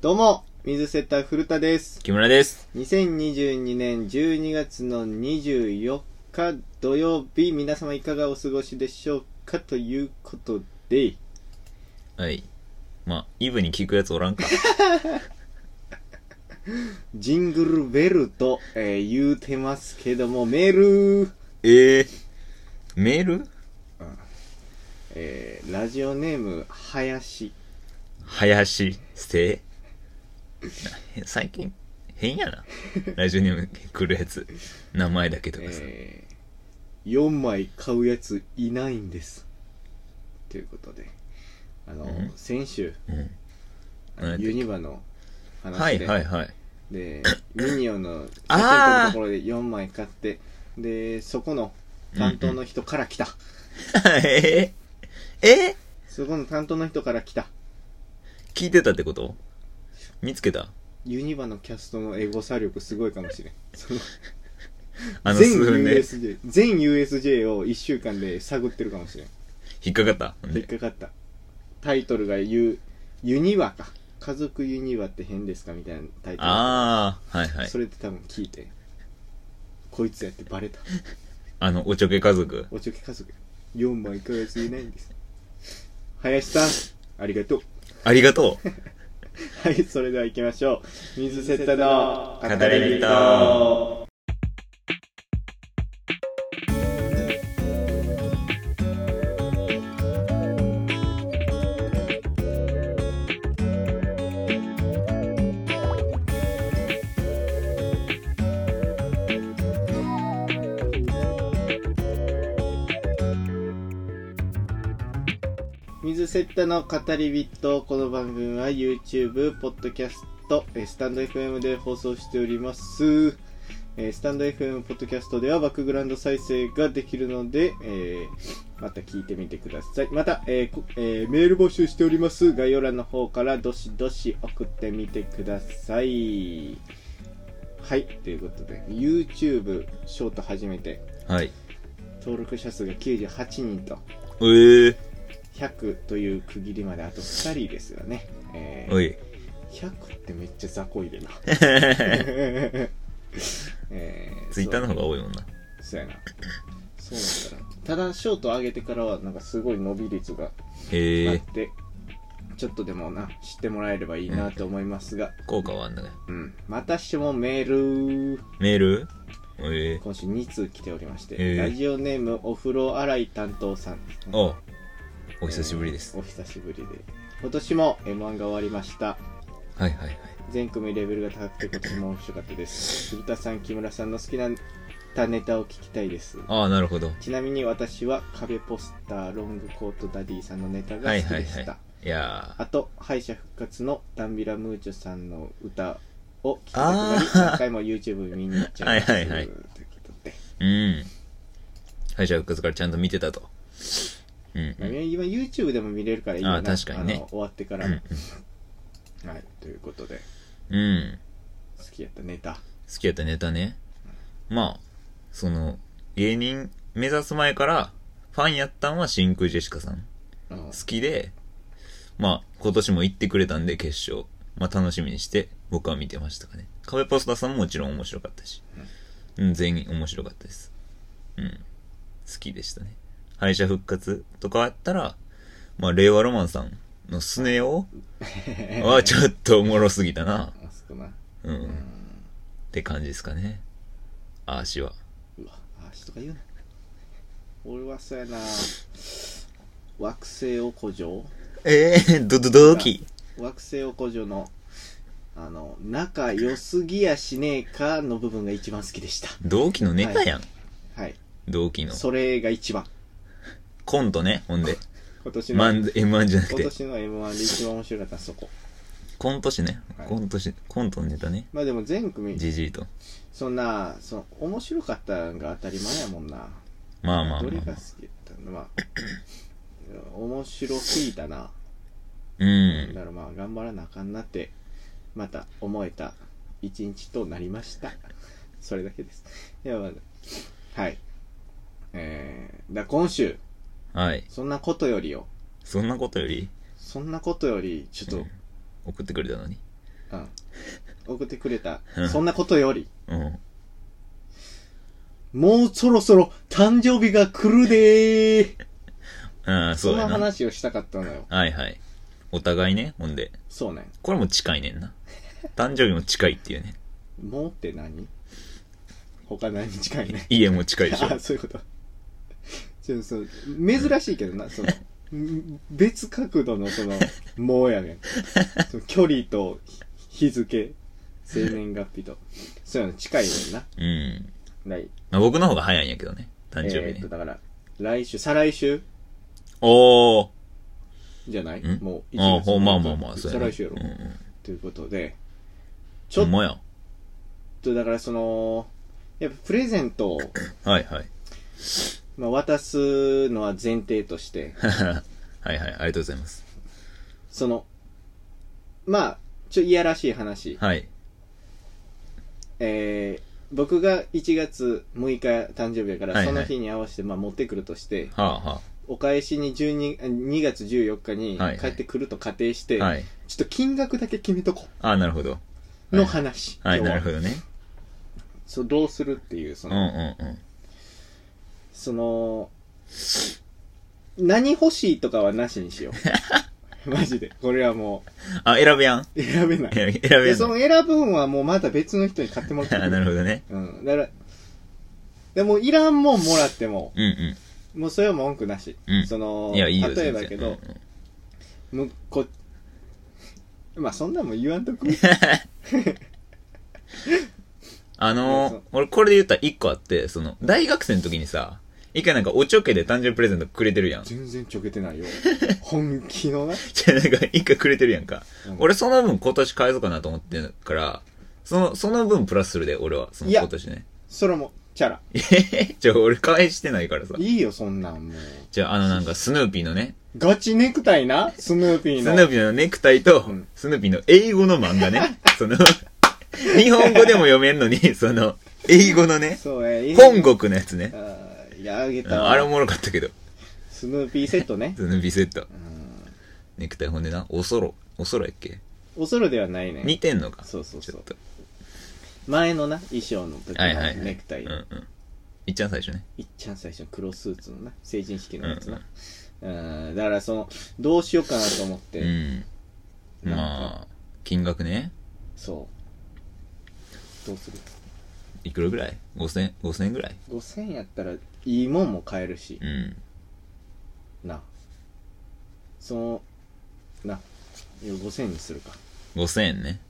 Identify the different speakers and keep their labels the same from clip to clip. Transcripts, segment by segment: Speaker 1: どうも、水瀬田古田です。
Speaker 2: 木村です。
Speaker 1: 2022年12月の24日土曜日、皆様いかがお過ごしでしょうかということで、
Speaker 2: はい。まあ、イブに聞くやつおら んか。
Speaker 1: ジングルベルと、えー言うてますけども、メール、
Speaker 2: ええメール
Speaker 1: えーラジオネーム、林。
Speaker 2: 林、捨て。なへ最近、変やな。ラジオネーム来るやつ。名前だけとかさ。
Speaker 1: え4枚買うやついないんです。ということで、あの、
Speaker 2: うん
Speaker 1: 先週、
Speaker 2: うん。
Speaker 1: あの
Speaker 2: 何やったっけ
Speaker 1: ユニバの話で、
Speaker 2: はいはいはい。
Speaker 1: で、ミニオンの写真撮る
Speaker 2: あー
Speaker 1: ところで4枚買って、で、そこの担当の人から来た。
Speaker 2: えー、え
Speaker 1: そこの担当の人から来た。
Speaker 2: ー、聞いてたってこと見つけた
Speaker 1: ユニバのキャストのエゴサ力すごいかもしれん。その
Speaker 2: あの
Speaker 1: 全
Speaker 2: 数分で
Speaker 1: USJ、全 USJ を1週間で探ってるかもしれん。
Speaker 2: 引っかかった。ほん
Speaker 1: 引っか
Speaker 2: で
Speaker 1: かった。タイトルがユ、ユニバか。家族ユニバって変ですかみたいなタイトル。
Speaker 2: ああ、はいはい
Speaker 1: そ。れで多分聞いて。こいつやってバレた。
Speaker 2: あの、おちょけ家族。
Speaker 1: おちょけ家族4枚か月いないんです林さんありがとう
Speaker 2: ありがとう。
Speaker 1: はいそれでは行きましょう水セットの
Speaker 2: 語り人
Speaker 1: 水セットの語り人この番組は YouTube、ポッドキャスト、えースタンド FM で放送しております、えースタンド FM、ポッドキャストではバックグラウンド再生ができるので、えーまた聞いてみてくださいまた、えーこえーメール募集しております概要欄の方からどしどし送ってみてくださいはいということで YouTube ショート始めて
Speaker 2: はい。
Speaker 1: 登録者数が98人と
Speaker 2: えー、
Speaker 1: 100という区切りまであと2人ですよね、えー
Speaker 2: おい。
Speaker 1: 100ってめっちゃ雑魚いで な、えー
Speaker 2: ツイッターの方が多いもんな。
Speaker 1: そうそうやなそうなんだなただショート上げてからはなんかすごい伸び率が
Speaker 2: へ
Speaker 1: あ
Speaker 2: え
Speaker 1: っ。て、ちょっとでもな知ってもらえればいいなと思いますが、
Speaker 2: 効果はあんだね。
Speaker 1: うん、またしてもメール
Speaker 2: メールええ
Speaker 1: 今週2通来ておりまして、
Speaker 2: えー
Speaker 1: ラジオネームお風呂洗い担当さんですね
Speaker 2: おお久しぶりです。
Speaker 1: お久しぶりで今年も M1 が終わりました
Speaker 2: はいはいはい。
Speaker 1: 全組レベルが高くて今年も面白かったです古田さん木村さんの好きな歌ネタを聞きたいです
Speaker 2: ああ、なるほど。
Speaker 1: ちなみに私は壁ポスターロングコートダディさんのネタが
Speaker 2: はい
Speaker 1: 好き
Speaker 2: はい
Speaker 1: でした、
Speaker 2: はい。いやー
Speaker 1: あと敗者復活のダンビラムーチョさんの歌を聴きたくな
Speaker 2: あ
Speaker 1: り
Speaker 2: ー
Speaker 1: 何回も YouTube 見に行っちゃいます
Speaker 2: はいはいはい
Speaker 1: ということで、
Speaker 2: うん。敗者復活からちゃんと見てたと。うんうん。うん
Speaker 1: 今 YouTube でも見れるからいいよな
Speaker 2: あー確かにね
Speaker 1: あの終わってから、
Speaker 2: うん
Speaker 1: はいということで
Speaker 2: うん。
Speaker 1: 好きやったネタ
Speaker 2: 好きやったネタね。まあ、その、芸人目指す前から、ファンやったんは真空ジェシカさん。
Speaker 1: うん
Speaker 2: 好きで、まあ、今年も行ってくれたんで、決勝。まあ、楽しみにして、僕は見てましたかね。壁ポスターさんももちろん面白かったし。うん、全員面白かったです。うん。好きでしたね。敗者復活とかあったら、まあ、令和ロマンさんのスネ 夫はちょっとおもろすぎたな。
Speaker 1: あそこな
Speaker 2: うん。
Speaker 1: う
Speaker 2: っ
Speaker 1: ん
Speaker 2: て感じですかね。あーしは。
Speaker 1: うわあーしとか言うな俺はそうやな惑星おこじょ
Speaker 2: ええー、ドドドキ。
Speaker 1: う惑星おこじょうのあの仲良すぎやしねえかの部分が一番好きでした
Speaker 2: 同期のネタやん。
Speaker 1: はい
Speaker 2: 同期の。
Speaker 1: それが一番
Speaker 2: コントね、ほんで。
Speaker 1: 今年の
Speaker 2: 漫才、M1 じゃなく
Speaker 1: 今
Speaker 2: て。
Speaker 1: 年の m 1で一番面白かったのはそこ
Speaker 2: コント師ね
Speaker 1: はい。
Speaker 2: コント師、コントのネタね。
Speaker 1: まあでも全組
Speaker 2: じじいと。
Speaker 1: そんなその面白かったんが当たり前やもんな
Speaker 2: まあまあ
Speaker 1: ど
Speaker 2: ま
Speaker 1: れ
Speaker 2: あま
Speaker 1: が
Speaker 2: あ
Speaker 1: 好。きやったのまあ面白すぎたな
Speaker 2: う
Speaker 1: だ
Speaker 2: ん。
Speaker 1: からまあ頑張らなあかんなってまた思えた一日となりましたそれだけですいやまあはいえー、だ今週
Speaker 2: はい。
Speaker 1: そんなことよりよ
Speaker 2: そんなことより、
Speaker 1: そんなことよりちょっと、
Speaker 2: うん送ってくれたのに。
Speaker 1: うん、送ってくれた
Speaker 2: うん
Speaker 1: そんなことより
Speaker 2: うん。
Speaker 1: もうそろそろ誕生日が来るでー
Speaker 2: ああ、
Speaker 1: そ
Speaker 2: そうや
Speaker 1: の
Speaker 2: な。
Speaker 1: 話をしたかったのよ
Speaker 2: はいはい。お互いね、ほんで。
Speaker 1: そうね
Speaker 2: これも近いねんな。誕生日も近いっていうね。
Speaker 1: もうって何他何に近いね
Speaker 2: 家も近 いでしょ。
Speaker 1: あそういうことちょそう珍しいけどなその ん別角度のその「もう」やね んその距離と日付生年月日とそういうの近いねんな
Speaker 2: うん。
Speaker 1: 来
Speaker 2: まあ、僕の方が早いんやけどね。誕生
Speaker 1: えー
Speaker 2: 日
Speaker 1: っ
Speaker 2: ね
Speaker 1: と。だから来週再来週
Speaker 2: おー。
Speaker 1: じゃない
Speaker 2: ん
Speaker 1: もう
Speaker 2: ああ、
Speaker 1: 1月
Speaker 2: ほ
Speaker 1: の
Speaker 2: まあまあまあ、そうや
Speaker 1: 再来
Speaker 2: な
Speaker 1: 週やろ、
Speaker 2: うんうん。
Speaker 1: ということでち
Speaker 2: ちょ
Speaker 1: ょ
Speaker 2: っ
Speaker 1: っ
Speaker 2: や。
Speaker 1: とだからそのやっぱプレゼントを、
Speaker 2: はいはい。
Speaker 1: まあ、渡すのは前提として
Speaker 2: はいはい、ありがとうございます。
Speaker 1: そのまあちょいやらしい話
Speaker 2: はい。
Speaker 1: えー僕が1月6日誕生日やか
Speaker 2: は
Speaker 1: ら
Speaker 2: い
Speaker 1: そ
Speaker 2: はい
Speaker 1: の日に合わせてまあ持ってくるとして、
Speaker 2: はあは
Speaker 1: お返しに12あ2月14日に
Speaker 2: はいはい
Speaker 1: 帰ってくると仮定して、
Speaker 2: あ。はい。
Speaker 1: ちょっと金額だけ決めとこ
Speaker 2: ああ、なるほど。
Speaker 1: うの話、
Speaker 2: はい、
Speaker 1: 今日
Speaker 2: な
Speaker 1: は
Speaker 2: るほどね。
Speaker 1: そうどうするっていうそ
Speaker 2: うんう
Speaker 1: の,、
Speaker 2: んうん。
Speaker 1: その何欲しいとかはなしにしよ うマジでこれはも
Speaker 2: あ、選べやん。
Speaker 1: う選べない
Speaker 2: 選べ
Speaker 1: で
Speaker 2: や
Speaker 1: そ
Speaker 2: ん
Speaker 1: の。選ぶんはもうまた別の人に買ってもらって
Speaker 2: あ
Speaker 1: く
Speaker 2: な
Speaker 1: る
Speaker 2: るほどね。
Speaker 1: うんだからでもいらんもんもらっても
Speaker 2: うんう
Speaker 1: もうそれは文句なし。
Speaker 2: うん
Speaker 1: その
Speaker 2: ん。いや、いいよ、
Speaker 1: 例え
Speaker 2: 全
Speaker 1: ばや
Speaker 2: 然
Speaker 1: け
Speaker 2: うん
Speaker 1: ど、むこ、 まあそんなんも言わんと く。
Speaker 2: あの
Speaker 1: そう
Speaker 2: ー、俺これで言ったら一個あって、その、大学生の時にさ、一回なんかおちょけで誕生日プレゼントくれてるやん。
Speaker 1: 全然ちょけてないよ。 本気のな。
Speaker 2: じゃなんか一回くれてるやんか。
Speaker 1: うん
Speaker 2: 俺その分今年返そうかなと思ってるから、その、その分プラスするで、俺は。その
Speaker 1: いや
Speaker 2: 今年ね。
Speaker 1: それも、チャラ。
Speaker 2: じゃあ俺返してないからさ。
Speaker 1: いいよ、そんなんもう。
Speaker 2: じゃああのなんかスヌーピーのね、
Speaker 1: ガチネクタイな、スヌーピー
Speaker 2: ス
Speaker 1: の。
Speaker 2: ヌーピーのネクタイと
Speaker 1: うん、
Speaker 2: スヌーピーの英語の漫 画ね。その、日本語でも読めんのに、その、英語のね、
Speaker 1: そう、えー、
Speaker 2: 本国のやつね。
Speaker 1: あーいや、あげ
Speaker 2: うん
Speaker 1: たわ
Speaker 2: あれおもろかったけど、
Speaker 1: スヌーピーセット ね。
Speaker 2: スヌーピーセット。
Speaker 1: うん
Speaker 2: ネクタイほんでな、おそろ、おそろやっけ
Speaker 1: おそろではないね。
Speaker 2: 似てんのか。
Speaker 1: そうそう
Speaker 2: ち
Speaker 1: そ
Speaker 2: ょっ
Speaker 1: う。
Speaker 2: と。
Speaker 1: 前のな、衣装の時
Speaker 2: はいはい
Speaker 1: の
Speaker 2: はい。
Speaker 1: ネクタイ。
Speaker 2: うんうん。いっちゃん最初ね。
Speaker 1: いっちゃん最初の黒スーツのな成人式のやつ
Speaker 2: う
Speaker 1: な、うんだからそのどうしようかなと思って、
Speaker 2: うん。
Speaker 1: なんか
Speaker 2: まあ、金額ね。
Speaker 1: そうどうする
Speaker 2: いくらぐらい ?5000、5000円ぐらい
Speaker 1: 5000やったらいいもんも買えるし
Speaker 2: う、ん。
Speaker 1: なそのないや5000にするか
Speaker 2: 5000円ね。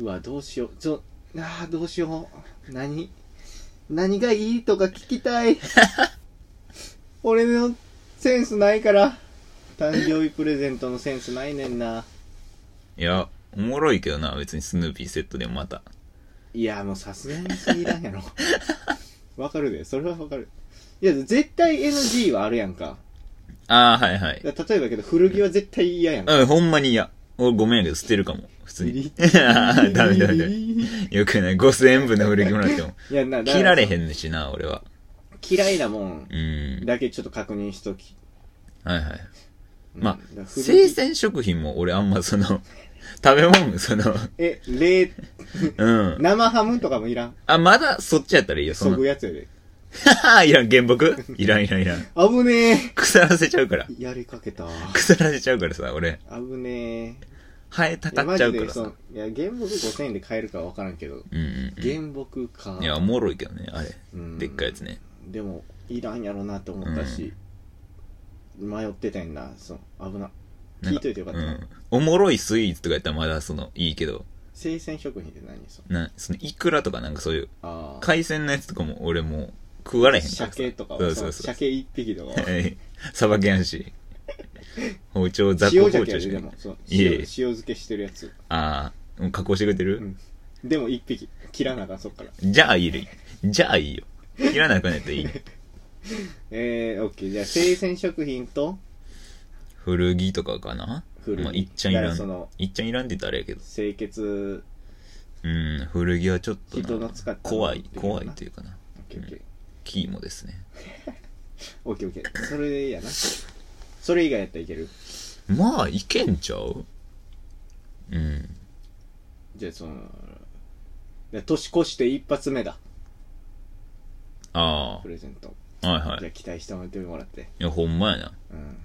Speaker 1: うわどうしようちょあーどうしよう何何がいいとか聞きた い俺のセンスないから誕生日プレゼントのセンスないねんない
Speaker 2: や、おもろいけどな、別にスヌーピーセットでもまた。
Speaker 1: いや、もうさすがにそれいらんやろ。 わかるで、それはわかる。いや、絶対 NG はあるやんか。
Speaker 2: ああ、はいはい。
Speaker 1: だから例えばけど、古着は絶対嫌やん。
Speaker 2: うん、ほんまに嫌。俺ごめんやけど捨てるかも。普通
Speaker 1: ビ
Speaker 2: に。
Speaker 1: リ
Speaker 2: ダメダメダメ。
Speaker 1: い
Speaker 2: よくない。5000円分の古着もらっても。
Speaker 1: や、な、だから
Speaker 2: 切られへんしな、俺は。
Speaker 1: 嫌いなもん
Speaker 2: うん。
Speaker 1: だけちょっと確認しとき。
Speaker 2: はいはい。
Speaker 1: うん
Speaker 2: まあ
Speaker 1: だから、古着
Speaker 2: 生鮮食品も俺あんまその、 食べ物、その、
Speaker 1: え、冷、
Speaker 2: うん。
Speaker 1: 生ハムとかもいらん。
Speaker 2: あ、まだそっちやったらいいよ、そ
Speaker 1: そ
Speaker 2: の
Speaker 1: ぐ。やつやで。
Speaker 2: いらん、原木いらんいらんいらん。
Speaker 1: 危ね
Speaker 2: 腐らせちゃうから。
Speaker 1: え。やりかけた。
Speaker 2: 腐らせちゃうからさ、俺。
Speaker 1: 危ね
Speaker 2: 生えた
Speaker 1: え。いや、
Speaker 2: か
Speaker 1: マ
Speaker 2: っちゃ
Speaker 1: ジで、
Speaker 2: うから
Speaker 1: そ
Speaker 2: さ
Speaker 1: の。、いや、原木5000円で買えるかわからんけど、
Speaker 2: うんうん
Speaker 1: 原木か
Speaker 2: うん。い。や、おもろいけどね、あれ。
Speaker 1: うん
Speaker 2: でっかいやつね。
Speaker 1: でもいらんやろなって思ったし、迷ってたんなその危な
Speaker 2: なん
Speaker 1: 聞いといてよかった
Speaker 2: うん。おもろいスイーツとかやったらまだその、いいけど、
Speaker 1: 生鮮食品って何その
Speaker 2: な、その、イクラとかなんかそういう、
Speaker 1: ああ
Speaker 2: 海鮮のやつとかも俺もう食われへんからさ
Speaker 1: 鮭とかは
Speaker 2: そう
Speaker 1: そ
Speaker 2: そ
Speaker 1: の
Speaker 2: うそう
Speaker 1: 鮭一匹とかは
Speaker 2: はいさばけやんし包丁 雑魚
Speaker 1: 塩
Speaker 2: 包
Speaker 1: 鮭や
Speaker 2: 丁
Speaker 1: で
Speaker 2: し
Speaker 1: で
Speaker 2: か
Speaker 1: もその
Speaker 2: いえい
Speaker 1: 塩
Speaker 2: え
Speaker 1: 塩漬けしてるやつ
Speaker 2: ああもう加工してくれてる、
Speaker 1: でも一匹切らなあかんそっから
Speaker 2: じゃあいいでじゃあいいよ切らなくなったらいいね
Speaker 1: えー、オッケーじゃあ生鮮食品と
Speaker 2: 古着とかかな
Speaker 1: 古着
Speaker 2: まあ、いっちゃんい
Speaker 1: だからら
Speaker 2: ん
Speaker 1: その
Speaker 2: いっちゃんいらんって言ったらあれやけど
Speaker 1: 清潔
Speaker 2: うん古着はちょっとな
Speaker 1: 人の使ったもの
Speaker 2: 怖い
Speaker 1: っていうかな
Speaker 2: 怖いというかな
Speaker 1: オッケーオッケー
Speaker 2: キーもですね
Speaker 1: オッケーオッケーそれやなそれ以外やったらいける
Speaker 2: まあいけんちゃううん
Speaker 1: じゃあそので年越して一発目だ
Speaker 2: あ
Speaker 1: プレゼント
Speaker 2: あ。はいは
Speaker 1: じ
Speaker 2: い。
Speaker 1: ゃあ期待してもらってもらって
Speaker 2: いや、ほんまやな。
Speaker 1: うん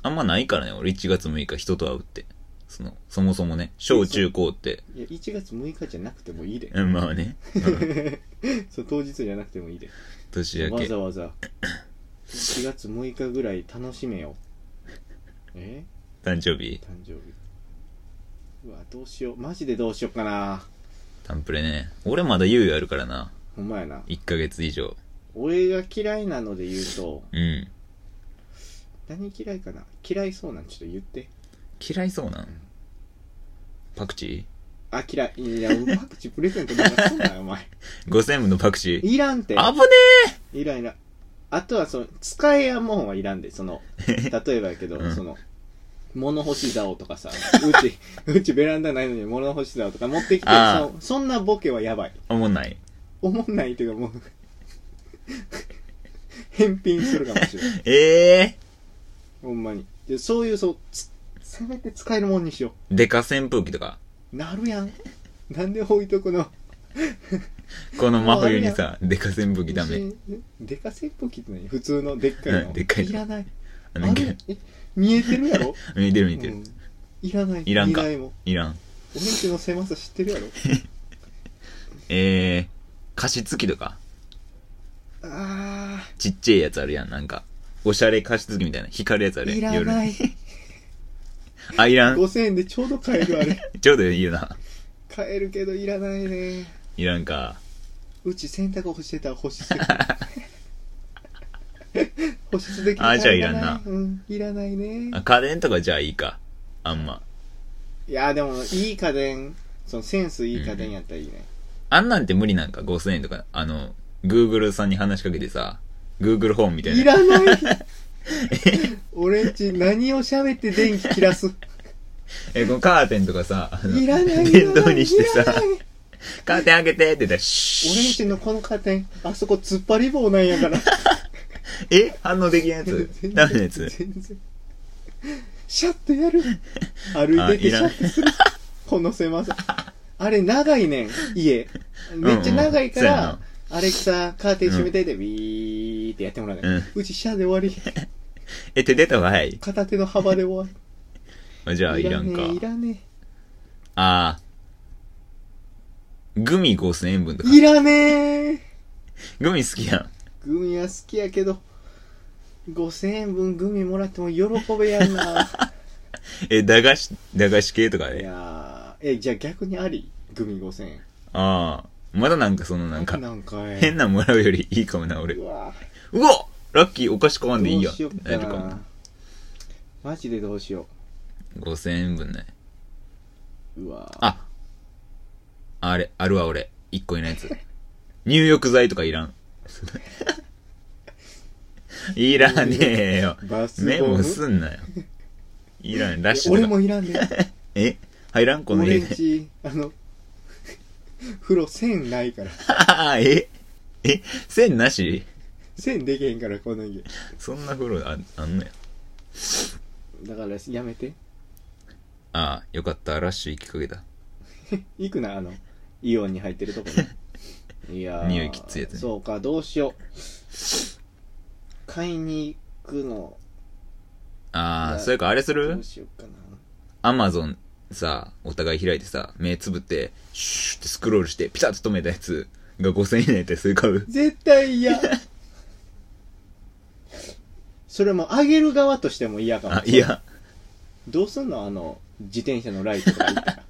Speaker 2: あんまないからね、俺1月6日人と会うって。その、そもそもね、小中高って。
Speaker 1: いや1月6日じゃなくてもいいで
Speaker 2: うん、まあ ね。うん、
Speaker 1: そう当日じゃなくてもいいで
Speaker 2: 年明
Speaker 1: わ
Speaker 2: け。
Speaker 1: ざわざ1月6日ぐらい楽しめよえ
Speaker 2: 誕生日、
Speaker 1: 誕生日うわどうしようマジでどうしようかな
Speaker 2: タンプレね。俺まだ猶予あるからな。
Speaker 1: ほんまやな
Speaker 2: 1ヶ月以上。
Speaker 1: 俺が嫌いなので言うと
Speaker 2: うん。
Speaker 1: 何嫌いかな嫌いそうなんちょっと言って
Speaker 2: 嫌いそうなん。パクチ
Speaker 1: あ嫌いいやパクチープレゼントなんかすんなよお前
Speaker 2: ー ?5000 部のパクチー
Speaker 1: いらんて
Speaker 2: 危ね
Speaker 1: いらんいらんあとはその使えやもんはいらんでそ の例えばやけど、
Speaker 2: うん
Speaker 1: その物干し竿とかさうち うちベランダないのに物干し竿とか持ってきて
Speaker 2: あ
Speaker 1: そそんなボケはやばい
Speaker 2: え思んない。
Speaker 1: 思んないというかも う返品するかもしれ ない
Speaker 2: ええ
Speaker 1: ほんまにでそういうそうつせめて使えるもんにしよ
Speaker 2: ー、でか扇風機とか。
Speaker 1: うなるやんなんで置いとくの
Speaker 2: この真冬にさ、でか扇風機ダメ。
Speaker 1: でか扇風機って何普通のでっかいの、
Speaker 2: うんでっかいの
Speaker 1: らない
Speaker 2: あ
Speaker 1: あ
Speaker 2: の、
Speaker 1: れえ見えてるやろ
Speaker 2: 見てる見て
Speaker 1: う
Speaker 2: る
Speaker 1: ん。いらない
Speaker 2: いらんか
Speaker 1: いも
Speaker 2: いらん。
Speaker 1: 俺んちの狭さ知ってるやろ
Speaker 2: えー、加湿器とか。
Speaker 1: あ
Speaker 2: ちっちゃいやつあるやん、なんか。おしゃれ加湿器みたいな。光るやつある
Speaker 1: ーい
Speaker 2: やん。。
Speaker 1: らない い
Speaker 2: あ、いらん。
Speaker 1: 5000円でちょうど買えるあれ
Speaker 2: ちょうどいいよな。
Speaker 1: 買えるけどいらないね
Speaker 2: いらんか。
Speaker 1: うち洗濯干してたら保湿できない 保湿でき
Speaker 2: あーじゃあいらんな
Speaker 1: うん、いらないね
Speaker 2: あ、家電とかじゃあいいか。あんま。
Speaker 1: いやでもいい家電そのセンスいい家電やったらいいね、
Speaker 2: あんなんて無理なんか、5000円とか。あの、Google さんに話しかけてさ、Google ホームみたいな。
Speaker 1: いらない 俺んち何を喋って電気切らす
Speaker 2: え、このカーテンとかさ、あの
Speaker 1: いらない
Speaker 2: 電動にしてさ
Speaker 1: いらない
Speaker 2: カーテン開けてって言っ
Speaker 1: 俺
Speaker 2: たら、
Speaker 1: ん
Speaker 2: シ
Speaker 1: ち
Speaker 2: ュー
Speaker 1: のこのカーテンあそこ突っ張り棒なんやから
Speaker 2: え反応できないやつ
Speaker 1: 全然
Speaker 2: ダメなやつ
Speaker 1: 全然シャッと やる歩いててシャッとするこの狭さあれ長いねん家めっちゃ長いか
Speaker 2: うんうんそうや
Speaker 1: ら
Speaker 2: な、
Speaker 1: アレクサカーテン閉めてでビーってやってもらうね、
Speaker 2: うん
Speaker 1: うちシャで終わり
Speaker 2: え、手出た方が早い
Speaker 1: 片手の幅で終
Speaker 2: あじゃ
Speaker 1: わ
Speaker 2: あ、
Speaker 1: り
Speaker 2: いらんか
Speaker 1: ね。えいらね
Speaker 2: あーグミ5000円分とか
Speaker 1: え。いらねえ
Speaker 2: グミ好きやん。
Speaker 1: グミは好きやけど5000円分グミもらっても喜べやんな
Speaker 2: え、駄菓子、駄菓子系とか
Speaker 1: い
Speaker 2: ね。
Speaker 1: やーえじゃあ逆にありグミ5000円
Speaker 2: ああ。まだなんかそのなんか、
Speaker 1: なんかえ
Speaker 2: 変なもらうよりいいかもな、俺。
Speaker 1: うわ
Speaker 2: うわラッキーお菓子買わんでいいや
Speaker 1: どうしよ
Speaker 2: っ
Speaker 1: う
Speaker 2: て
Speaker 1: か
Speaker 2: なるかも
Speaker 1: な
Speaker 2: な。
Speaker 1: マジでどうしよ
Speaker 2: 5000円分ね。
Speaker 1: ううわ
Speaker 2: ああれ、あるわ、俺。一個いないや つ。入浴剤とかいらん。 いらねえよ。
Speaker 1: バスボ
Speaker 2: メ
Speaker 1: ム
Speaker 2: モすんなよ。いらん、ラッシュ
Speaker 1: 俺
Speaker 2: とか。
Speaker 1: もいらんね
Speaker 2: え入らん この家
Speaker 1: 俺ん
Speaker 2: で。
Speaker 1: ちあの 風呂線ないから
Speaker 2: ああ、 ええ線なし
Speaker 1: 線でけへんからこの家
Speaker 2: そんな風呂ああんのや。
Speaker 1: だからやめて
Speaker 2: ああ、よかった。ラッシュ行きかけた。
Speaker 1: 行くなあのイオンに入ってるとこ にいやー
Speaker 2: 匂いきついやつね
Speaker 1: そうかどうしよう買いに行くの
Speaker 2: あ
Speaker 1: い
Speaker 2: あ、
Speaker 1: や
Speaker 2: それかあれす
Speaker 1: ど
Speaker 2: る
Speaker 1: うしようかな
Speaker 2: アマゾンさ、お互い開いてさ、目つぶって、シューってスクロールして、ピタッと止めたやつが5000円以内でそれ 買う。
Speaker 1: 絶対嫌それもあげる側としても嫌かも
Speaker 2: あ、いや、
Speaker 1: どうすんのあの自転車のライトとか言 ったら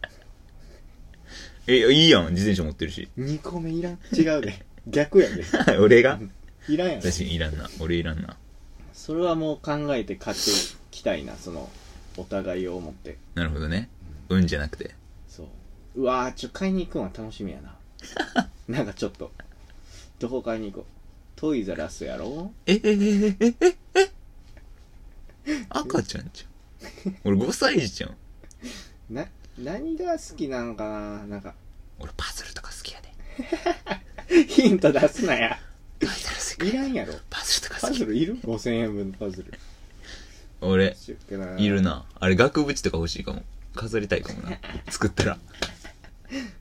Speaker 2: え、いいやん、自転車持ってるし。
Speaker 1: 2個目いらん違うで逆やで
Speaker 2: 俺が
Speaker 1: いらんやん
Speaker 2: 確かにいらんな。俺いらんな。
Speaker 1: それはもう考えて買ってきたいなそのお互いを思って
Speaker 2: なるほどね。運じゃなくて。
Speaker 1: そううわーちょ買いに行くんは楽しみやななんかちょっとどこ買いに行こうトイザラスやろ
Speaker 2: え、え、え、え、え、え、え赤ちゃんじゃん。俺5歳児じゃん。
Speaker 1: な何が好きなんかななんか
Speaker 2: 俺パズルとか好きやで。
Speaker 1: ヒント出すなや
Speaker 2: トイザらス行
Speaker 1: い
Speaker 2: く
Speaker 1: らんやろ
Speaker 2: パズルとか
Speaker 1: パ
Speaker 2: 好
Speaker 1: ズ
Speaker 2: き。
Speaker 1: ルいる ?5000 円分のパズル
Speaker 2: 俺、
Speaker 1: しよっかない
Speaker 2: るな。あれ、額縁とか欲しいかも。飾りたいかもな。作ったら。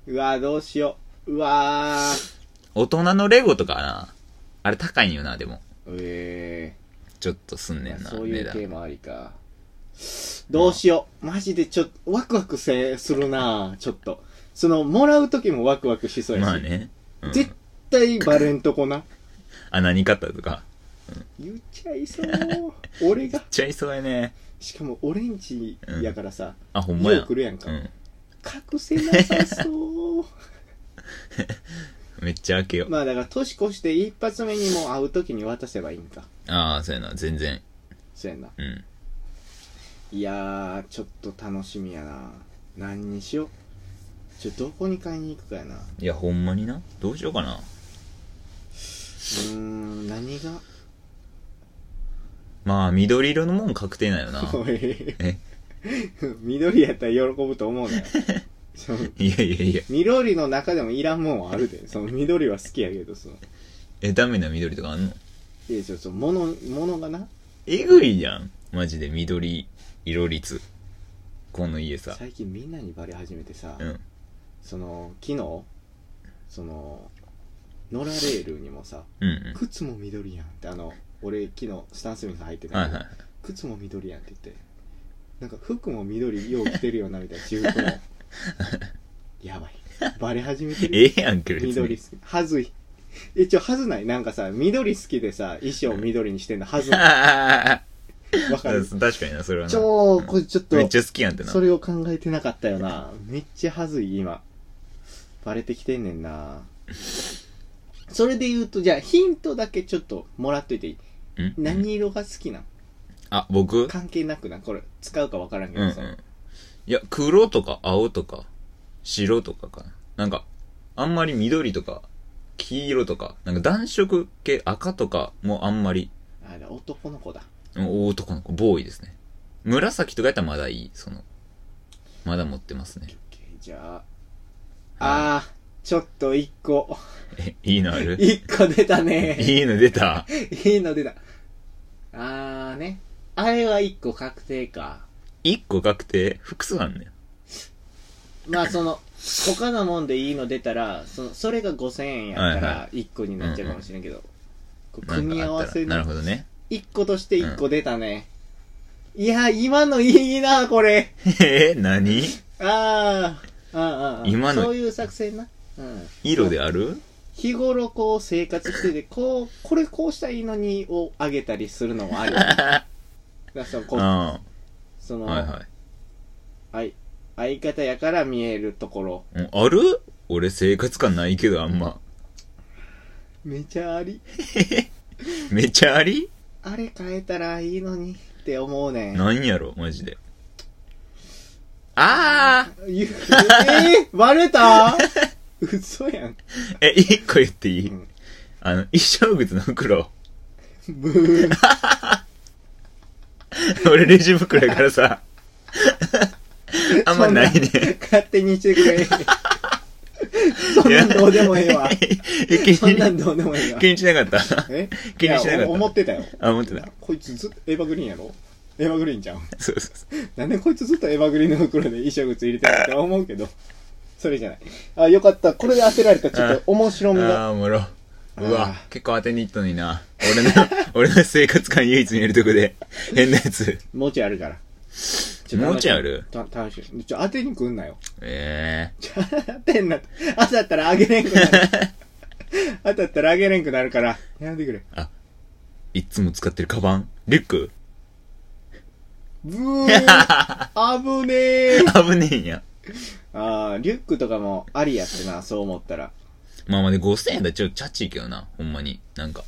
Speaker 1: うわーどうしよう。うわー。
Speaker 2: 大人のレゴとかな。あれ高いんよな、でも。
Speaker 1: え
Speaker 2: ちょっとすん
Speaker 1: え
Speaker 2: ねんな、
Speaker 1: そうい
Speaker 2: 値
Speaker 1: うテー
Speaker 2: 段。
Speaker 1: マありか。どうしよう。マジでちょっと、ワクワクせ、するなぁちょっと。その、もらう時もワクワクしそうやし。
Speaker 2: まあね。うん
Speaker 1: 絶対バレんとこな。
Speaker 2: あ、何買ったとか。
Speaker 1: 言っちゃいそう。俺が。
Speaker 2: ちゃいそうやね。
Speaker 1: しかもオレンジやからさ、
Speaker 2: あ、ほんま
Speaker 1: 色
Speaker 2: や。
Speaker 1: くるやんか。
Speaker 2: うん。
Speaker 1: 隠せなさそう。
Speaker 2: めっちゃ開けよう。
Speaker 1: まあだから年越して一発目にもう会う時に渡せばいいんか。
Speaker 2: ああ、そうやな。全然。
Speaker 1: そうやな。
Speaker 2: うん。
Speaker 1: いやー、ちょっと楽しみやな。何にしよう。ちょ、どこに買いに行くかやな。う
Speaker 2: いや、ほんまにな。どうしようかな。
Speaker 1: ーん、何が。
Speaker 2: まあ、緑色のもん確定なんよな。
Speaker 1: おい
Speaker 2: え
Speaker 1: 緑やったら喜ぶと思 うなよ。その
Speaker 2: いやいやいや。
Speaker 1: 緑の中でもいらんもんはあるで。その緑は好きやけど、その。
Speaker 2: え、ダメな緑とかあんの
Speaker 1: いや、ちょっと、もの、ものがな。
Speaker 2: えぐいじゃん。マジで緑色率。この家さ。
Speaker 1: 最近みんなにバレ始めてさ、
Speaker 2: うん。
Speaker 1: その、昨日、その、ノラレールにもさ、
Speaker 2: うんうん。
Speaker 1: 靴も緑やんって、あの、俺昨日スタンスミス入ってたけど、
Speaker 2: はいはい。
Speaker 1: 靴も緑やんって言ってなんか服も緑よう着てるよなみたいな私服もやばいバレ始めてる
Speaker 2: ええやんけ、別に。
Speaker 1: 緑好きはずいえちょはずないなんかさ緑好きでさ衣装緑にしてんのはずない
Speaker 2: あ
Speaker 1: わか
Speaker 2: あ
Speaker 1: る
Speaker 2: 確かにな、それはな。
Speaker 1: 超これちょっと
Speaker 2: めっちゃ好きやんってな
Speaker 1: そ。れを考えてなかったよなめっちゃはずい今バレてきてんねんなそれで言うとじゃあヒントだけちょっともらっといていい
Speaker 2: うん
Speaker 1: 何色が好きなん
Speaker 2: あ、僕
Speaker 1: 関係なくなこれ使うかわからんけ
Speaker 2: うんう
Speaker 1: どさ、
Speaker 2: ん。いや、黒とか青とか、白とかかな。なんか、あんまり緑とか、黄色とか、なんか暖色系、赤とかもあんまり、
Speaker 1: あれ男の子だ
Speaker 2: うん男の子、ボーイですね。紫とかやったらまだいい、その、まだ持ってますね。
Speaker 1: じゃあ、ああーちょっと一個、
Speaker 2: え、いいのある
Speaker 1: 一個出たね。
Speaker 2: いいの出た。
Speaker 1: いいの出た。あーね。あれは一個確定か。
Speaker 2: 一個確定、複数あんねん。
Speaker 1: ま あその、他のもんでいいの出たら、そのそれが5000円やか
Speaker 2: はい
Speaker 1: ら一個になっちゃうかもしれんけど、こう
Speaker 2: なんか
Speaker 1: 組み合
Speaker 2: あ
Speaker 1: わ
Speaker 2: った
Speaker 1: せ
Speaker 2: ら。なる
Speaker 1: の
Speaker 2: ほどね。
Speaker 1: 一個として一個出たね。いやー、今のいいな、これ。
Speaker 2: えー、何
Speaker 1: あー、あーあーあー
Speaker 2: 今の
Speaker 1: そういう作戦な。うん。
Speaker 2: 色である
Speaker 1: 日頃こう生活してて、こう、これこうしたらいいのにをあげたりするのもあり。 だからそのこう
Speaker 2: あ
Speaker 1: そ
Speaker 2: あ、
Speaker 1: の、
Speaker 2: はいはい。
Speaker 1: はい相方やから見えるところ。
Speaker 2: うんある俺生活感ないけどあんま。
Speaker 1: めちゃあり。
Speaker 2: めっちゃあり
Speaker 1: あれ変えたらいいのにって思うねん。
Speaker 2: なんやろマジで。あ
Speaker 1: ゆえー、バレた嘘やん。
Speaker 2: あえ、一個言っていい、
Speaker 1: うん
Speaker 2: あの、衣装靴の袋。
Speaker 1: ブー。
Speaker 2: 俺レジ袋やか らさ。 あんまないね。
Speaker 1: 勝手にしてくれ。そんなんどうでもええわ。
Speaker 2: え、 気
Speaker 1: そんなん
Speaker 2: に、
Speaker 1: どうでもええわ。
Speaker 2: 気にしなかった
Speaker 1: え
Speaker 2: 気にしなかった
Speaker 1: いやお思ってたよ。
Speaker 2: あ、思ってた。
Speaker 1: こいつずっとエヴァグリーンやろエヴァグリーンじゃん。
Speaker 2: そうそうそう。
Speaker 1: なんでこいつずっとエヴァグリーンの袋で衣装靴入れてるって思うけど。それじゃない。あ、よかった。これで当てられた。ちょっと面白みが。
Speaker 2: ああ、おもろ。うわ
Speaker 1: あ、
Speaker 2: 結構当てにいったのにな。俺の、俺の生活感唯一見えるとこで、変なやつ。
Speaker 1: もうちょいあるから。
Speaker 2: もうちょいある
Speaker 1: た楽しみ。ちょ、当てに来んなよ。
Speaker 2: ええ
Speaker 1: ちょ当てんな。当たったらあげれんくな る。当たったらあげれんくなるから。やめてくれ。
Speaker 2: いっつも使ってるカバンリュック
Speaker 1: ブ ー。あぶねえ。
Speaker 2: 危ねえんや。
Speaker 1: あー、リュックとかもありやってな、そう思ったら。
Speaker 2: まあまあで5000円だちょっとチャチいけどな、ほんまに。なんか、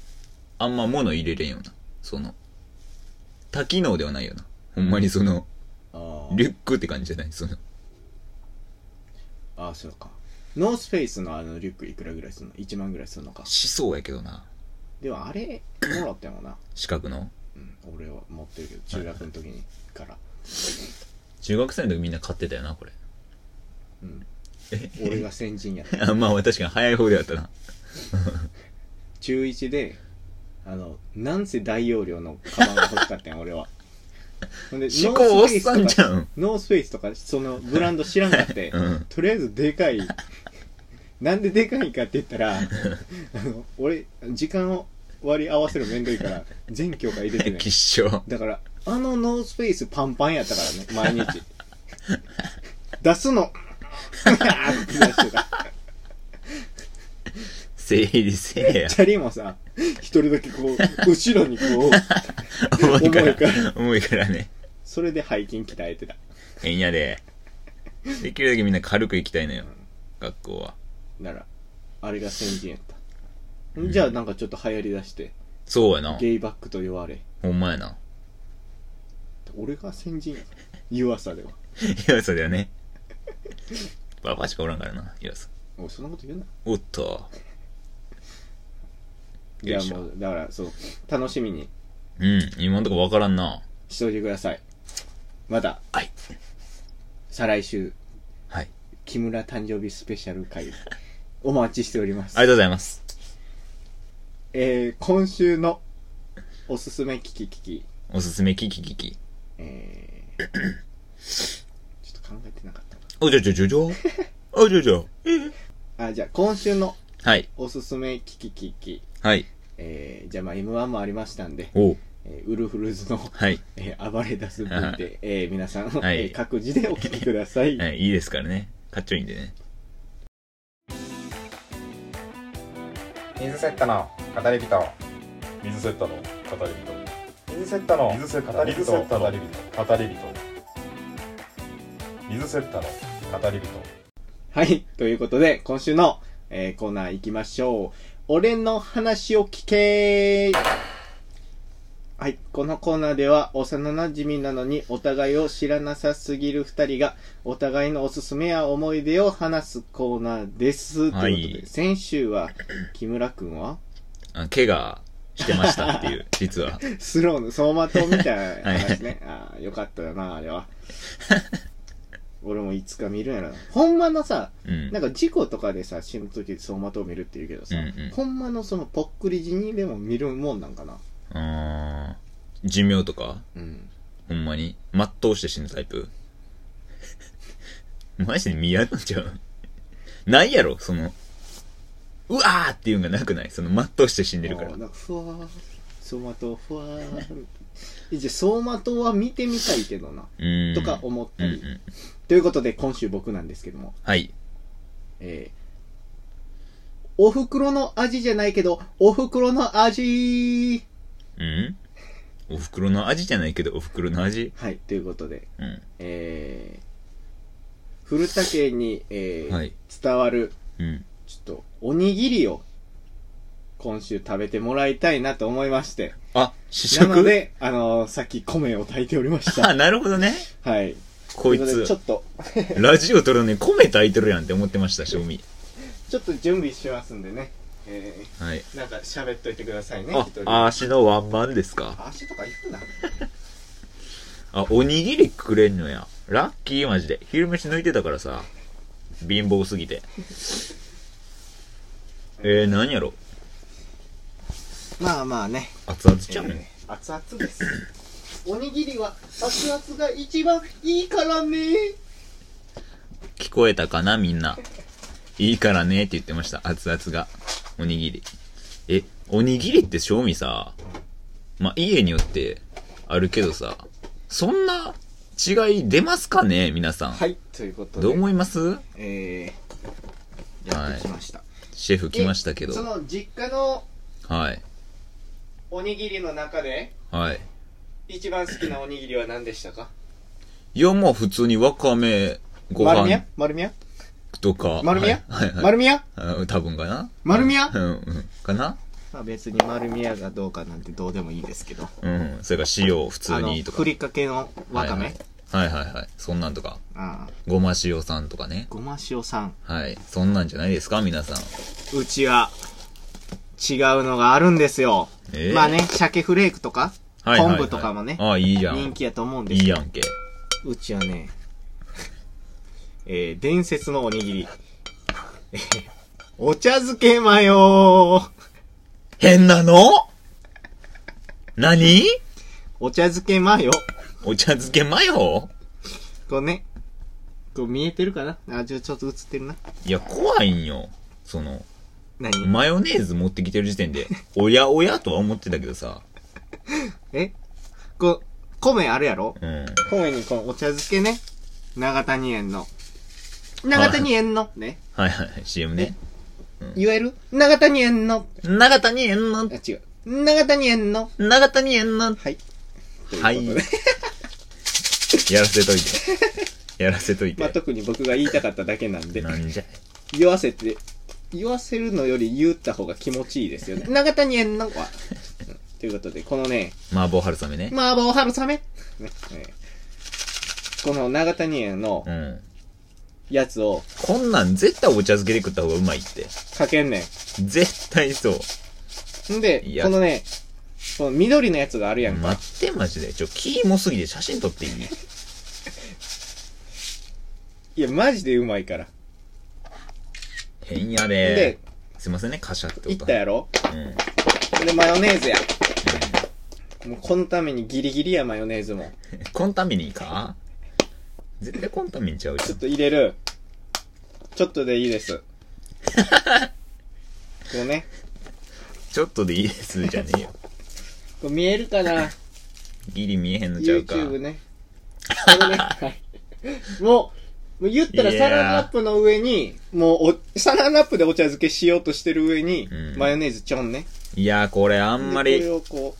Speaker 2: あんま物入れれんよな。その、多機能ではないよな。ほんまにその、
Speaker 1: あー
Speaker 2: リュックって感じじゃないその、
Speaker 1: ああそうかノースフェイスのあのリュックいくらぐらいするの1万ぐらいするのか
Speaker 2: しそうやけどな。
Speaker 1: でもあれもらったもんな、
Speaker 2: 四角の。
Speaker 1: うん、俺は持ってるけど中学の時にから、
Speaker 2: 中学生の時みんな買ってたよな、これ。
Speaker 1: うん、俺が先人やった
Speaker 2: あまあ確かに早い方であったな。
Speaker 1: 中1であのなんせ大容量のカバンが欲しかったんや俺はほんで
Speaker 2: 思考おっさんじゃん。
Speaker 1: ノースペースとか、そのブランド知らんかって、
Speaker 2: うん。
Speaker 1: とりあえずでかい。なんででかいかって言った ら、あの、俺、時間を割り合わせるのめんどいから、全教科入 れてない
Speaker 2: 吉。祥。
Speaker 1: だから、あのノースペースパンパンやったからね、毎日。 出すの、 うわーって出してた。
Speaker 2: 整理せえや。
Speaker 1: チャリもさ、一人だけこう、後ろにこう、
Speaker 2: 重いか。
Speaker 1: 重いから
Speaker 2: 重いからね。
Speaker 1: それで背筋鍛えてた。
Speaker 2: えんやで。できるだけみんな軽く行きたいのよ。学校は。
Speaker 1: なら、あれが先人やった。じゃあなんかちょっと流行り出して、
Speaker 2: そうやな。
Speaker 1: ゲイバックと言われ。
Speaker 2: ほんまやな。
Speaker 1: 俺が先人や。湯浅では。
Speaker 2: 岩佐だよね。ババアしかおらんからな、岩佐。
Speaker 1: おいそんなこと言うな。
Speaker 2: おっと。
Speaker 1: いや
Speaker 2: よいしょ
Speaker 1: もう、だからそう、楽しみに
Speaker 2: うん、今んとこわからんな。
Speaker 1: しておいてください。また、
Speaker 2: はい。
Speaker 1: 再来週、
Speaker 2: はい。
Speaker 1: 木村誕生日スペシャル会、お待ちしております
Speaker 2: あ。りがとうございます。
Speaker 1: えー、今週のおすすめ聞き聞き、
Speaker 2: おすすめ、キキキキ。
Speaker 1: えー、ちょっと考えてなかったな
Speaker 2: おじゃじゃじゃじゃ。おじゃじゃ。
Speaker 1: あ、じゃあ今週の
Speaker 2: はい。
Speaker 1: おすすめ聞き聞き、
Speaker 2: はい。
Speaker 1: えー、じゃあまあ M1 もありましたんで、
Speaker 2: おう。
Speaker 1: えーウルフルズの、
Speaker 2: はい。
Speaker 1: えー暴れ出す分で、えー、皆さん、
Speaker 2: は
Speaker 1: え
Speaker 2: い
Speaker 1: ー各自でお聞きください。
Speaker 2: はい、いいですからね。かっちょいいんでね。
Speaker 3: 水セットの語り人
Speaker 4: 水セッタの語り
Speaker 3: 水セットの
Speaker 4: 人水セッタ
Speaker 3: 語り人
Speaker 4: の語り人語り人水セッタの語り人
Speaker 1: はい。ということで、今週の、えーコーナー行きましょう。俺の話を聞けはい。このコーナーでは、幼馴染みなのにお互いを知らなさすぎる二人が、お互いのおすすめや思い出を話すコーナーです。
Speaker 2: は
Speaker 1: とい
Speaker 2: い
Speaker 1: うことで、先週は、木村くんは、
Speaker 2: あ怪我してましたっていう、実は。
Speaker 1: スローの走馬灯みたいな話 ね。ああ、よかったよな、あれは。俺もいつか見るんやろな。ほんまのさ、
Speaker 2: うん
Speaker 1: な。んか事故とかでさ、死ぬ時走馬灯見るって言うけどさ、
Speaker 2: うんうん
Speaker 1: ほんまのそのぽっくり死にでも見るもんなんかな。
Speaker 2: あー寿命とか
Speaker 1: うん。
Speaker 2: ほんまに全うして死ぬタイプ マジで見合っちゃうないやろその、うわーっていうのがなくないその全うして死んでるから
Speaker 1: あー。なんかふわー、走馬灯ふわー。えじゃあ走馬灯は見てみたいけどな、
Speaker 2: うん。
Speaker 1: とか思っ
Speaker 2: う
Speaker 1: た
Speaker 2: んう
Speaker 1: り。
Speaker 2: ん。
Speaker 1: ということで今週僕なんですけども、
Speaker 2: はい。
Speaker 1: えーお袋の味じゃないけど、お袋の味
Speaker 2: うんお袋の味じゃないけど、お袋の味
Speaker 1: はい、ということで、
Speaker 2: うん。
Speaker 1: えー、古田家に、えー
Speaker 2: はい
Speaker 1: 伝わる
Speaker 2: うん。
Speaker 1: ちょっと、おにぎりを、今週食べてもらいたいなと思いまして。
Speaker 2: あ、試
Speaker 1: な
Speaker 2: 食
Speaker 1: ので、あのーさっき米を炊いておりまし
Speaker 2: あ、
Speaker 1: た。
Speaker 2: なるほどね。
Speaker 1: はい。
Speaker 2: こい
Speaker 1: とうことでちょ
Speaker 2: つ、
Speaker 1: っと、
Speaker 2: ラジオ撮るのに米炊いてるやんって思ってました、正味。
Speaker 1: ちょっと準備しますんでね。え
Speaker 2: はい。
Speaker 1: ー、なんか喋っといてくださいね、
Speaker 2: あ
Speaker 1: 一人、。
Speaker 2: あ足のワンマンですか
Speaker 1: 足とか行くな。
Speaker 2: あ、おにぎりくれんのや。ラッキーマジで。昼飯抜いてたからさ。貧乏すぎて。えー、何やろ
Speaker 1: まあまあね。
Speaker 2: 熱々ちゃうん、
Speaker 1: えー熱々です。おにぎりは熱々が一番いいからね。
Speaker 2: 聞こえたかなみんな。いいからねって言ってました。熱々が。おにぎり。え、おにぎりって正味さ、まあ、家によってあるけどさ、そんな違い出ますかね皆さん。
Speaker 1: はい、ということで。
Speaker 2: どう思います
Speaker 1: えー、やってきました。
Speaker 2: シェフ来ましたけど
Speaker 1: そ。の実家の
Speaker 2: はい。
Speaker 1: おにぎりの中で
Speaker 2: はい。
Speaker 1: 一番好きなおにぎりは何でしたか
Speaker 2: いや、まあ普通にわかめ、ご
Speaker 1: 丸
Speaker 2: 飯
Speaker 1: 宮丸宮
Speaker 2: とか。
Speaker 1: 丸宮
Speaker 2: はいはいはい。
Speaker 1: 丸宮
Speaker 2: あ多分かな
Speaker 1: 丸宮
Speaker 2: うん、うん。かな
Speaker 1: まあ別に丸宮がどうかなんてどうでもいいですけど。
Speaker 2: うん。それから塩普通にと
Speaker 1: あの
Speaker 2: か。
Speaker 1: ふりかけのわかめ、
Speaker 2: はいはい、はいはいはい。そんなんとか。
Speaker 1: ああ
Speaker 2: ごま塩さんとかね。
Speaker 1: ごま塩さん。
Speaker 2: はい。そんなんじゃないですか皆さん。
Speaker 1: うちは違うのがあるんですよ。
Speaker 2: えー
Speaker 1: まあね、鮭フレークとか、
Speaker 2: はいはいはい
Speaker 1: 昆布とかもね、
Speaker 2: ああ、いいじゃん。
Speaker 1: 人気やと思うんで
Speaker 2: い
Speaker 1: す
Speaker 2: い
Speaker 1: けど
Speaker 2: やんけ。
Speaker 1: うちはね、えー、伝説のおにぎり。えーお茶漬けマヨ
Speaker 2: 変なの何
Speaker 1: お茶漬けマヨ
Speaker 2: お茶漬けマヨ
Speaker 1: こうね、こう見えてるかなあ、じゃあちょっと映ってるな。
Speaker 2: いや、怖いんよ。その、
Speaker 1: 何
Speaker 2: マヨネーズ持ってきてる時点で、おやおやとは思ってたけどさ。
Speaker 1: えこう、米あるやろ
Speaker 2: うん。
Speaker 1: 米にこう、お茶漬けね。長谷園の。長谷園の。ね。
Speaker 2: はいはいはい、CM ね。
Speaker 1: 言える長谷園の。
Speaker 2: 長谷園の
Speaker 1: あ、、違う。長谷園の。
Speaker 2: 長谷園の、
Speaker 1: はい。
Speaker 2: はい。 やらせといて。やらせとい
Speaker 1: まあ、
Speaker 2: て。
Speaker 1: 特に僕が言いたかっただけなんで。
Speaker 2: なんじゃい。
Speaker 1: 言わせて、言わせるのより言った方が気持ちいいですよね。 長谷園のは。うんということで、このね、
Speaker 2: 麻婆春雨ね。
Speaker 1: 麻婆春雨。ねねこの長谷園の
Speaker 2: うん。
Speaker 1: やつを
Speaker 2: こんなん絶対お茶漬けで食った方がうまいって。
Speaker 1: かけんね
Speaker 2: 絶対そう。
Speaker 1: ん。んで
Speaker 2: い、や
Speaker 1: このね、この緑のやつがあるやんか。
Speaker 2: 待ってマジで。ちょ、キーモすぎて写真撮っていい
Speaker 1: いや、マジでうまいから。
Speaker 2: 変や
Speaker 1: です
Speaker 2: で。すいませんね、カシャって
Speaker 1: いっ
Speaker 2: 音。
Speaker 1: たやろ
Speaker 2: うん。
Speaker 1: で、マヨネーズや。もうこのためにギリギリや、マヨネーズも。
Speaker 2: コンタミニか絶対コンタミニちゃうじ
Speaker 1: ち
Speaker 2: ゃ
Speaker 1: ょっ
Speaker 2: ん。
Speaker 1: と入れる。ちょっとでいい です。こうね。
Speaker 2: ちょっとでいいですじゃねえよ。
Speaker 1: こう見えるかな
Speaker 2: ギリ見えへんのちゃうか。
Speaker 1: ?YouTube ね。これね。はい。もう、もう言ったら
Speaker 2: い
Speaker 1: サ
Speaker 2: やー
Speaker 1: ランラップの上に、もうお、サランラップでお茶漬けしようとしてる上に、
Speaker 2: うん
Speaker 1: マヨネーズちょんね。
Speaker 2: いやーこれあ
Speaker 1: あ
Speaker 2: んま
Speaker 1: これ
Speaker 2: り、
Speaker 1: をこ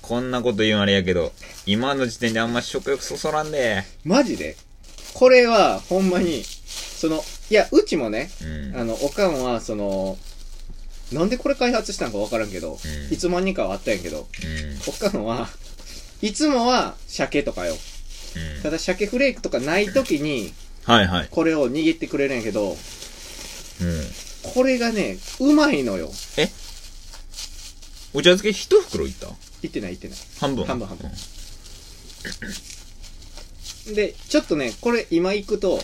Speaker 2: こんなこと言うんあれやけど、今の時点であんま食欲そそらんで。
Speaker 1: う、マジでこれは、ほんまに、その、いや、うちもね、
Speaker 2: うん。
Speaker 1: あの、おかんは、その、なんでこれ開発したんかわからんけど、
Speaker 2: うん
Speaker 1: いつまにかはあったんやけど、
Speaker 2: うん。
Speaker 1: おかんは、いつもは鮭とかよ。
Speaker 2: うん
Speaker 1: ただ鮭フレークとかない時に、
Speaker 2: はいはい。
Speaker 1: これを握ってくれるんやけど、
Speaker 2: うん。
Speaker 1: これがね、うまいのよ。
Speaker 2: お茶漬け一袋いった
Speaker 1: 言ってない言ってな
Speaker 2: 半分。
Speaker 1: 半分半分い。で、ちょっとね、これ今行くと、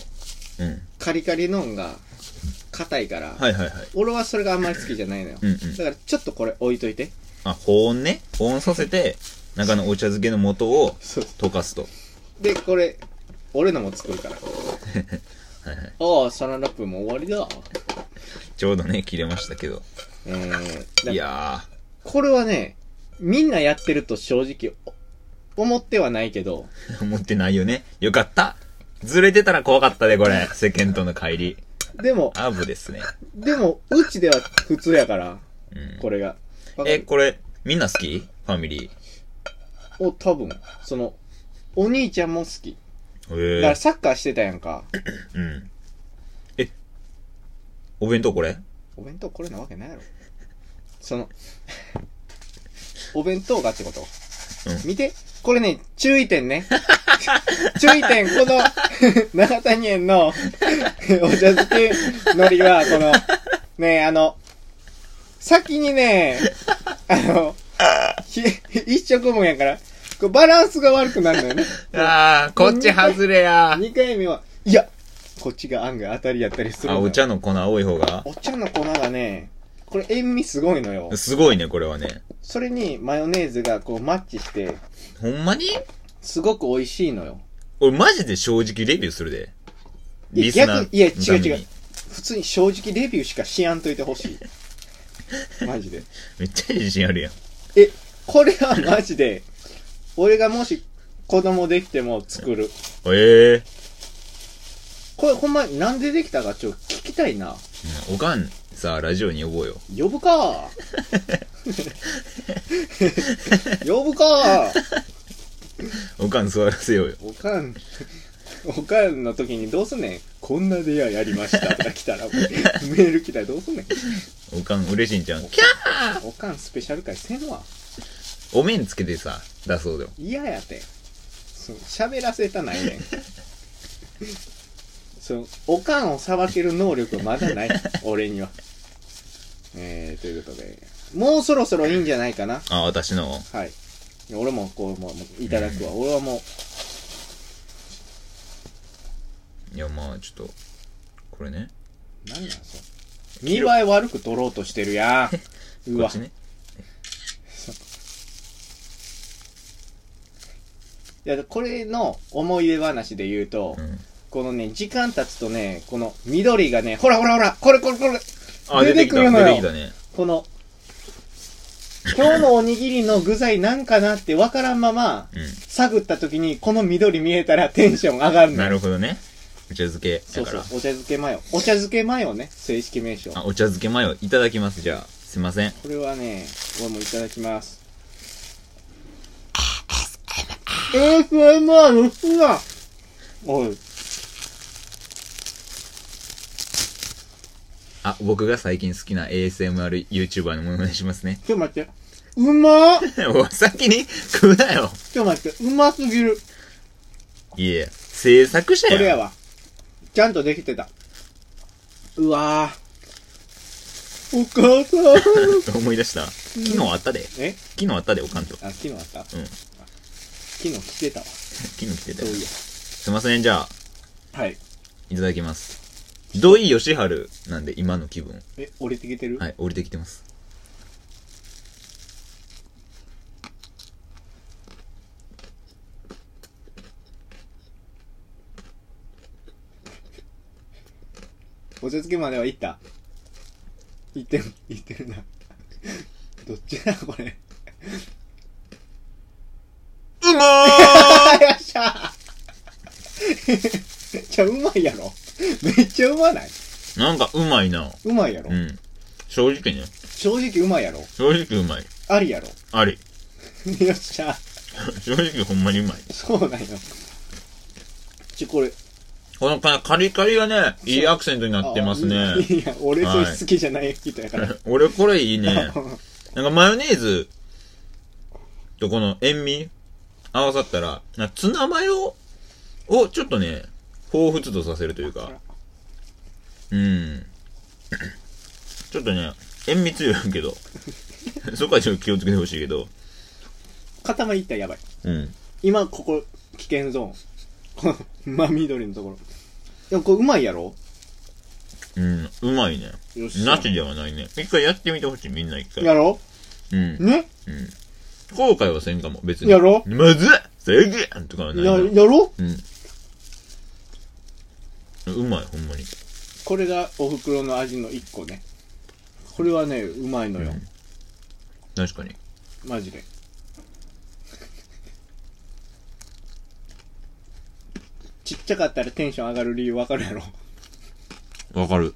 Speaker 2: うん。うん。
Speaker 1: カリカリのんが、硬いから、
Speaker 2: はいはいはい。
Speaker 1: 俺はそれがあんまり好きじゃないのよ。
Speaker 2: うんうん。
Speaker 1: だからちょっとこれ置いといて。
Speaker 2: あ、保温ね。保温させて、中のお茶漬けの素を
Speaker 1: そう。
Speaker 2: 溶かすと。
Speaker 1: で、これ、俺のも作る から。
Speaker 2: はいはい。
Speaker 1: ああ、サランラップも終わりだ。
Speaker 2: ちょうどね、切れましたけど。
Speaker 1: えー、だ
Speaker 2: いや
Speaker 1: これはね、みんなやってると正直、お思ってはないけど、
Speaker 2: ー、持ってないよね。よかった。ずれてたら怖かったで、これ。世間との帰り。
Speaker 1: でも、
Speaker 2: アブですね。
Speaker 1: でも、うちでは普通やから、
Speaker 2: うん。
Speaker 1: これが。
Speaker 2: え、これ、みんな好きファミリ
Speaker 1: お、多分、その、お兄ちゃんも好き。だ
Speaker 2: ー。
Speaker 1: か
Speaker 2: へ
Speaker 1: らサッカーしてたやんか。
Speaker 2: え。うん。え、お弁当これ
Speaker 1: お弁当これなわけないやろ。その、お弁当がってこと。
Speaker 2: う
Speaker 1: 見て、これね、注意点ね。 注意点、この、 長谷園の お茶漬けのりは、この、ね、あの、先にね、あの、ひ一食分やから、こうバランスが悪くなるのよね。
Speaker 2: ああ、こっち外れや
Speaker 1: 二回目は、いや、こっちが案外当たりやったりするの
Speaker 2: あ、
Speaker 1: よ
Speaker 2: お茶の粉多い方が
Speaker 1: お茶の粉がね、これ塩味すごいのよ。
Speaker 2: すごいね、これはね。
Speaker 1: それにマヨネーズがこうマッチして、
Speaker 2: ほんまに
Speaker 1: すごく美味しいのよ。
Speaker 2: 俺マジで正直レビューするで。
Speaker 1: いや
Speaker 2: リスナー。
Speaker 1: 逆いや違う
Speaker 2: のために
Speaker 1: 違う。普通に正直レビューしかしやんといてほし い。マジで。
Speaker 2: めっちゃ自信あるやん。
Speaker 1: え、これはマジで、俺がもし子供できても作る。
Speaker 2: ええ
Speaker 1: これほんまになんでできたかちょっと聞きたいな。
Speaker 2: おかん、さあ、ラジオに呼ぼうよ。
Speaker 1: 呼ぶか 呼ぶか
Speaker 2: おかん座らせようよ。
Speaker 1: おかん、おかんの時にどうすんねん。こんな出会いありましたとか来たら、もうメール来たらどうすんねん。
Speaker 2: おかん嬉しいんちゃうん。キャ
Speaker 1: おかんスペシャル会せんわ。
Speaker 2: お面つけてさ、出そうだよ。
Speaker 1: 嫌やて。その喋らせたないねん。その、おかんをさばける能力まだない。俺には。えー、ということで、もうそろそろいいんじゃないかな。
Speaker 2: あ、私の。
Speaker 1: はい。俺もこう、もうもういただくわ。俺はもう、
Speaker 2: いや、まあ、ちょっと、これね。
Speaker 1: なんなんそれ見栄え悪く取ろうとしてるや ん。う
Speaker 2: こ
Speaker 1: わ
Speaker 2: っち。
Speaker 1: い
Speaker 2: ね。
Speaker 1: いやこれの思い出話で言うと、
Speaker 2: うん。
Speaker 1: このね、時間経つとね、この緑がね、ほらほらほら、これこれこれ、
Speaker 2: あ、
Speaker 1: 出て
Speaker 2: 出て
Speaker 1: く
Speaker 2: き
Speaker 1: る
Speaker 2: た、
Speaker 1: のよ
Speaker 2: 出てきたね。
Speaker 1: この、今日のおにぎりの具材なんかなってわからんまま、
Speaker 2: う
Speaker 1: 探った時にこの緑見えたらテンション上がる
Speaker 2: ん。
Speaker 1: の
Speaker 2: な
Speaker 1: よ。
Speaker 2: るほどね。お茶漬け
Speaker 1: そ
Speaker 2: だ
Speaker 1: う
Speaker 2: か
Speaker 1: そう
Speaker 2: ら。、
Speaker 1: お茶漬けマヨ。お茶漬けマヨね、正式名称。
Speaker 2: あ、
Speaker 1: こ
Speaker 2: お茶漬けマヨいただきます、じゃあ。すいません。
Speaker 1: れはね、俺もいただきます。ASMR 好きだおい、
Speaker 2: あ、僕が最近好きな ASMR YouTuber のものにしますね。
Speaker 1: ちょっと待って。うまー
Speaker 2: おい先に食うなよ。
Speaker 1: ちょっと待って、うますぎる。
Speaker 2: いえ、制作者
Speaker 1: これ
Speaker 2: や
Speaker 1: や
Speaker 2: ん。
Speaker 1: わ。ちゃんとできてた。うわぁ。お母さん。
Speaker 2: 思い出した昨日あったで。
Speaker 1: え
Speaker 2: 昨日あったで、おかんと。
Speaker 1: あ、昨日あった
Speaker 2: うん。
Speaker 1: 昨日来てたわ。
Speaker 2: 昨日来てた
Speaker 1: そう
Speaker 2: よ
Speaker 1: い。や。
Speaker 2: すいません、じゃあ、
Speaker 1: はい。
Speaker 2: いただきます。土井義春なんで、今の気分。
Speaker 1: え、降りてきてる、
Speaker 2: はい、降りてきてます。
Speaker 1: お茶漬けまでは行った行ってる、行ってるな。どっちだこれ。
Speaker 2: うま
Speaker 1: あ、よっしゃーめっちゃうまいやろ。めっちゃうまない
Speaker 2: ーなんか、うまいな。
Speaker 1: うまいやろ、
Speaker 2: うん。正直ね。
Speaker 1: 正直うまいやろ
Speaker 2: 正直うまい。
Speaker 1: ありやろ
Speaker 2: あり。
Speaker 1: よっしゃー
Speaker 2: 正直ほんまにうまい。
Speaker 1: そうなんよ。ちょ、これ。
Speaker 2: このカリカリがね、いいアクセントになってます
Speaker 1: あ
Speaker 2: ね。
Speaker 1: いや、俺それ好きじゃない人やから。
Speaker 2: 俺これ いいね。なんかマヨネーズとこの塩味合わさったら、なツナマヨをちょっとね、彷彿とさせるというか。うん。 ちょっとね、塩味強いけど。 そこはちょっと気をつけてほしいけど。
Speaker 1: 塊いったらやばい。
Speaker 2: うん。
Speaker 1: 今、ここ、危険ゾーン。 この、真緑のところ。でも、これうまいやろ
Speaker 2: うん。うまいね。
Speaker 1: よっしゃ
Speaker 2: なしではないね。一回やってみてほしい、みんな一回。
Speaker 1: やろ
Speaker 2: うん。
Speaker 1: ね
Speaker 2: 後悔はせんかも、別に。
Speaker 1: やろ
Speaker 2: むずっ制限とかはない
Speaker 1: や、
Speaker 2: な。
Speaker 1: やろ
Speaker 2: うん。うまい、ほんまに。
Speaker 1: これがお袋の味の一個ね。これはね、うまいのよ。
Speaker 2: 確かに。
Speaker 1: マジで。ちっちゃかったらテンション上がる理由わかるやろ
Speaker 2: わかる。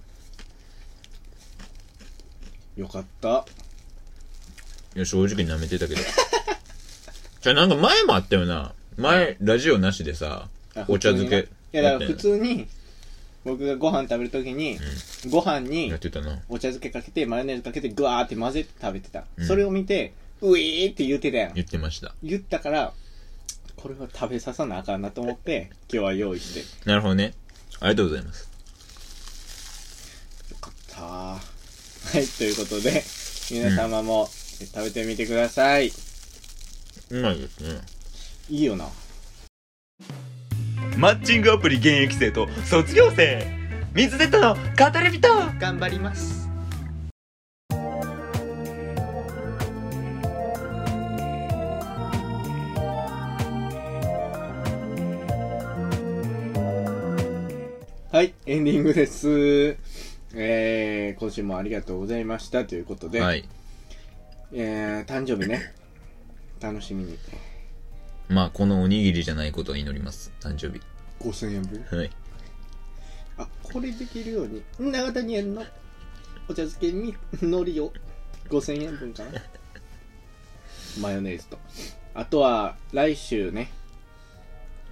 Speaker 1: よかった。
Speaker 2: いや、正直舐めてたけど。 じゃあなんか前もあったよな。前、ラジオなしでさ、
Speaker 1: あ
Speaker 2: お茶漬け
Speaker 1: 普通にないやだから普通に僕がご飯食べるときに、ご飯に
Speaker 2: やってたな。
Speaker 1: お茶漬けかけてマヨネーズかけてグワーって混ぜて食べてた、
Speaker 2: うん
Speaker 1: それを見てウィーって言ってたやん
Speaker 2: 言ってました。
Speaker 1: 言ったからこれは食べささなあかんなと思って今日は用意してよ
Speaker 2: なるほどね。ありがとうございます。
Speaker 1: かったはいということで皆様も食べてみてください、
Speaker 2: うまいですね。
Speaker 1: いいよな
Speaker 2: マッチングアプリ現役生と卒業生水瀬との語り人
Speaker 1: 頑張りますはいエンディングですえー、今週もありがとうございましたということで、
Speaker 2: はい。
Speaker 1: えー、誕生日ね楽しみに
Speaker 2: まあ、このおにぎりじゃないことを祈ります。誕生日。
Speaker 1: 5000円分
Speaker 2: はい。
Speaker 1: あこれできるように長谷園のお茶漬けに 海苔を5000円分かなマヨネーズとあとは来週ね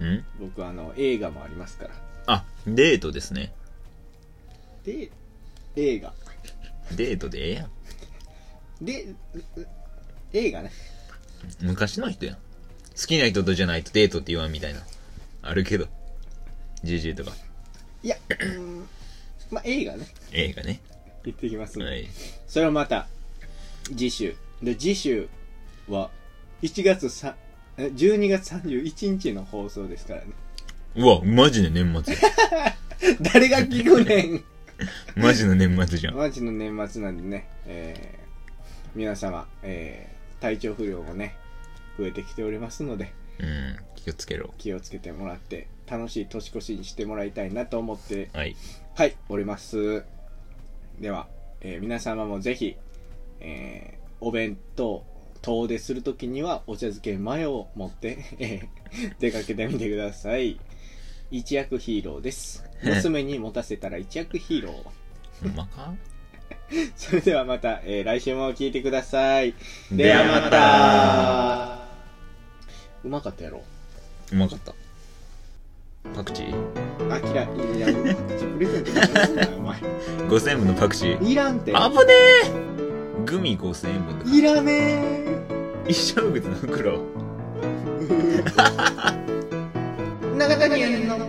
Speaker 2: ん
Speaker 1: 僕あの映画もありますから
Speaker 2: あ、デートですね。
Speaker 1: で映画
Speaker 2: デートでええやん。
Speaker 1: でう映画ね
Speaker 2: 昔の人やん。好きな人とじゃないとデートって言わんみたいな。あるけど。JJ とか。
Speaker 1: いやうーんまあ映画ね
Speaker 2: 映画ね。
Speaker 1: 行ってきますんで、
Speaker 2: はい。
Speaker 1: それをまた次週で次週は1月3え12月31日の放送ですからね
Speaker 2: うわ、マジで年末や。
Speaker 1: 誰が聞くねん
Speaker 2: マジの年末じゃん。
Speaker 1: マジの年末なんでね、えー皆様、えー体調不良もね、増えてきておりますので、
Speaker 2: うん。気をつけろ。
Speaker 1: 気をつけてもらって楽しい年越しにしてもらいたいなと思って
Speaker 2: はい。
Speaker 1: はいおりますでは、えー皆様もぜひ、えーお弁当遠出するときにはお茶漬け前を持って、えー出かけてみてください一躍ヒーローです娘に持たせたら一躍ヒーロー
Speaker 2: ほんまか
Speaker 1: それではまた、えー来週も聞いてください
Speaker 2: ではま
Speaker 1: たうまかったやろ
Speaker 2: うまかった。パクチー
Speaker 1: あきらいやもうパクチープレゼントにすんなよお前
Speaker 2: ?5000 円分のパクチー。
Speaker 1: いらんて
Speaker 2: あぶねえグミ5000円分とか。
Speaker 1: いらねー
Speaker 2: 一生靴の袋。
Speaker 1: 長谷園の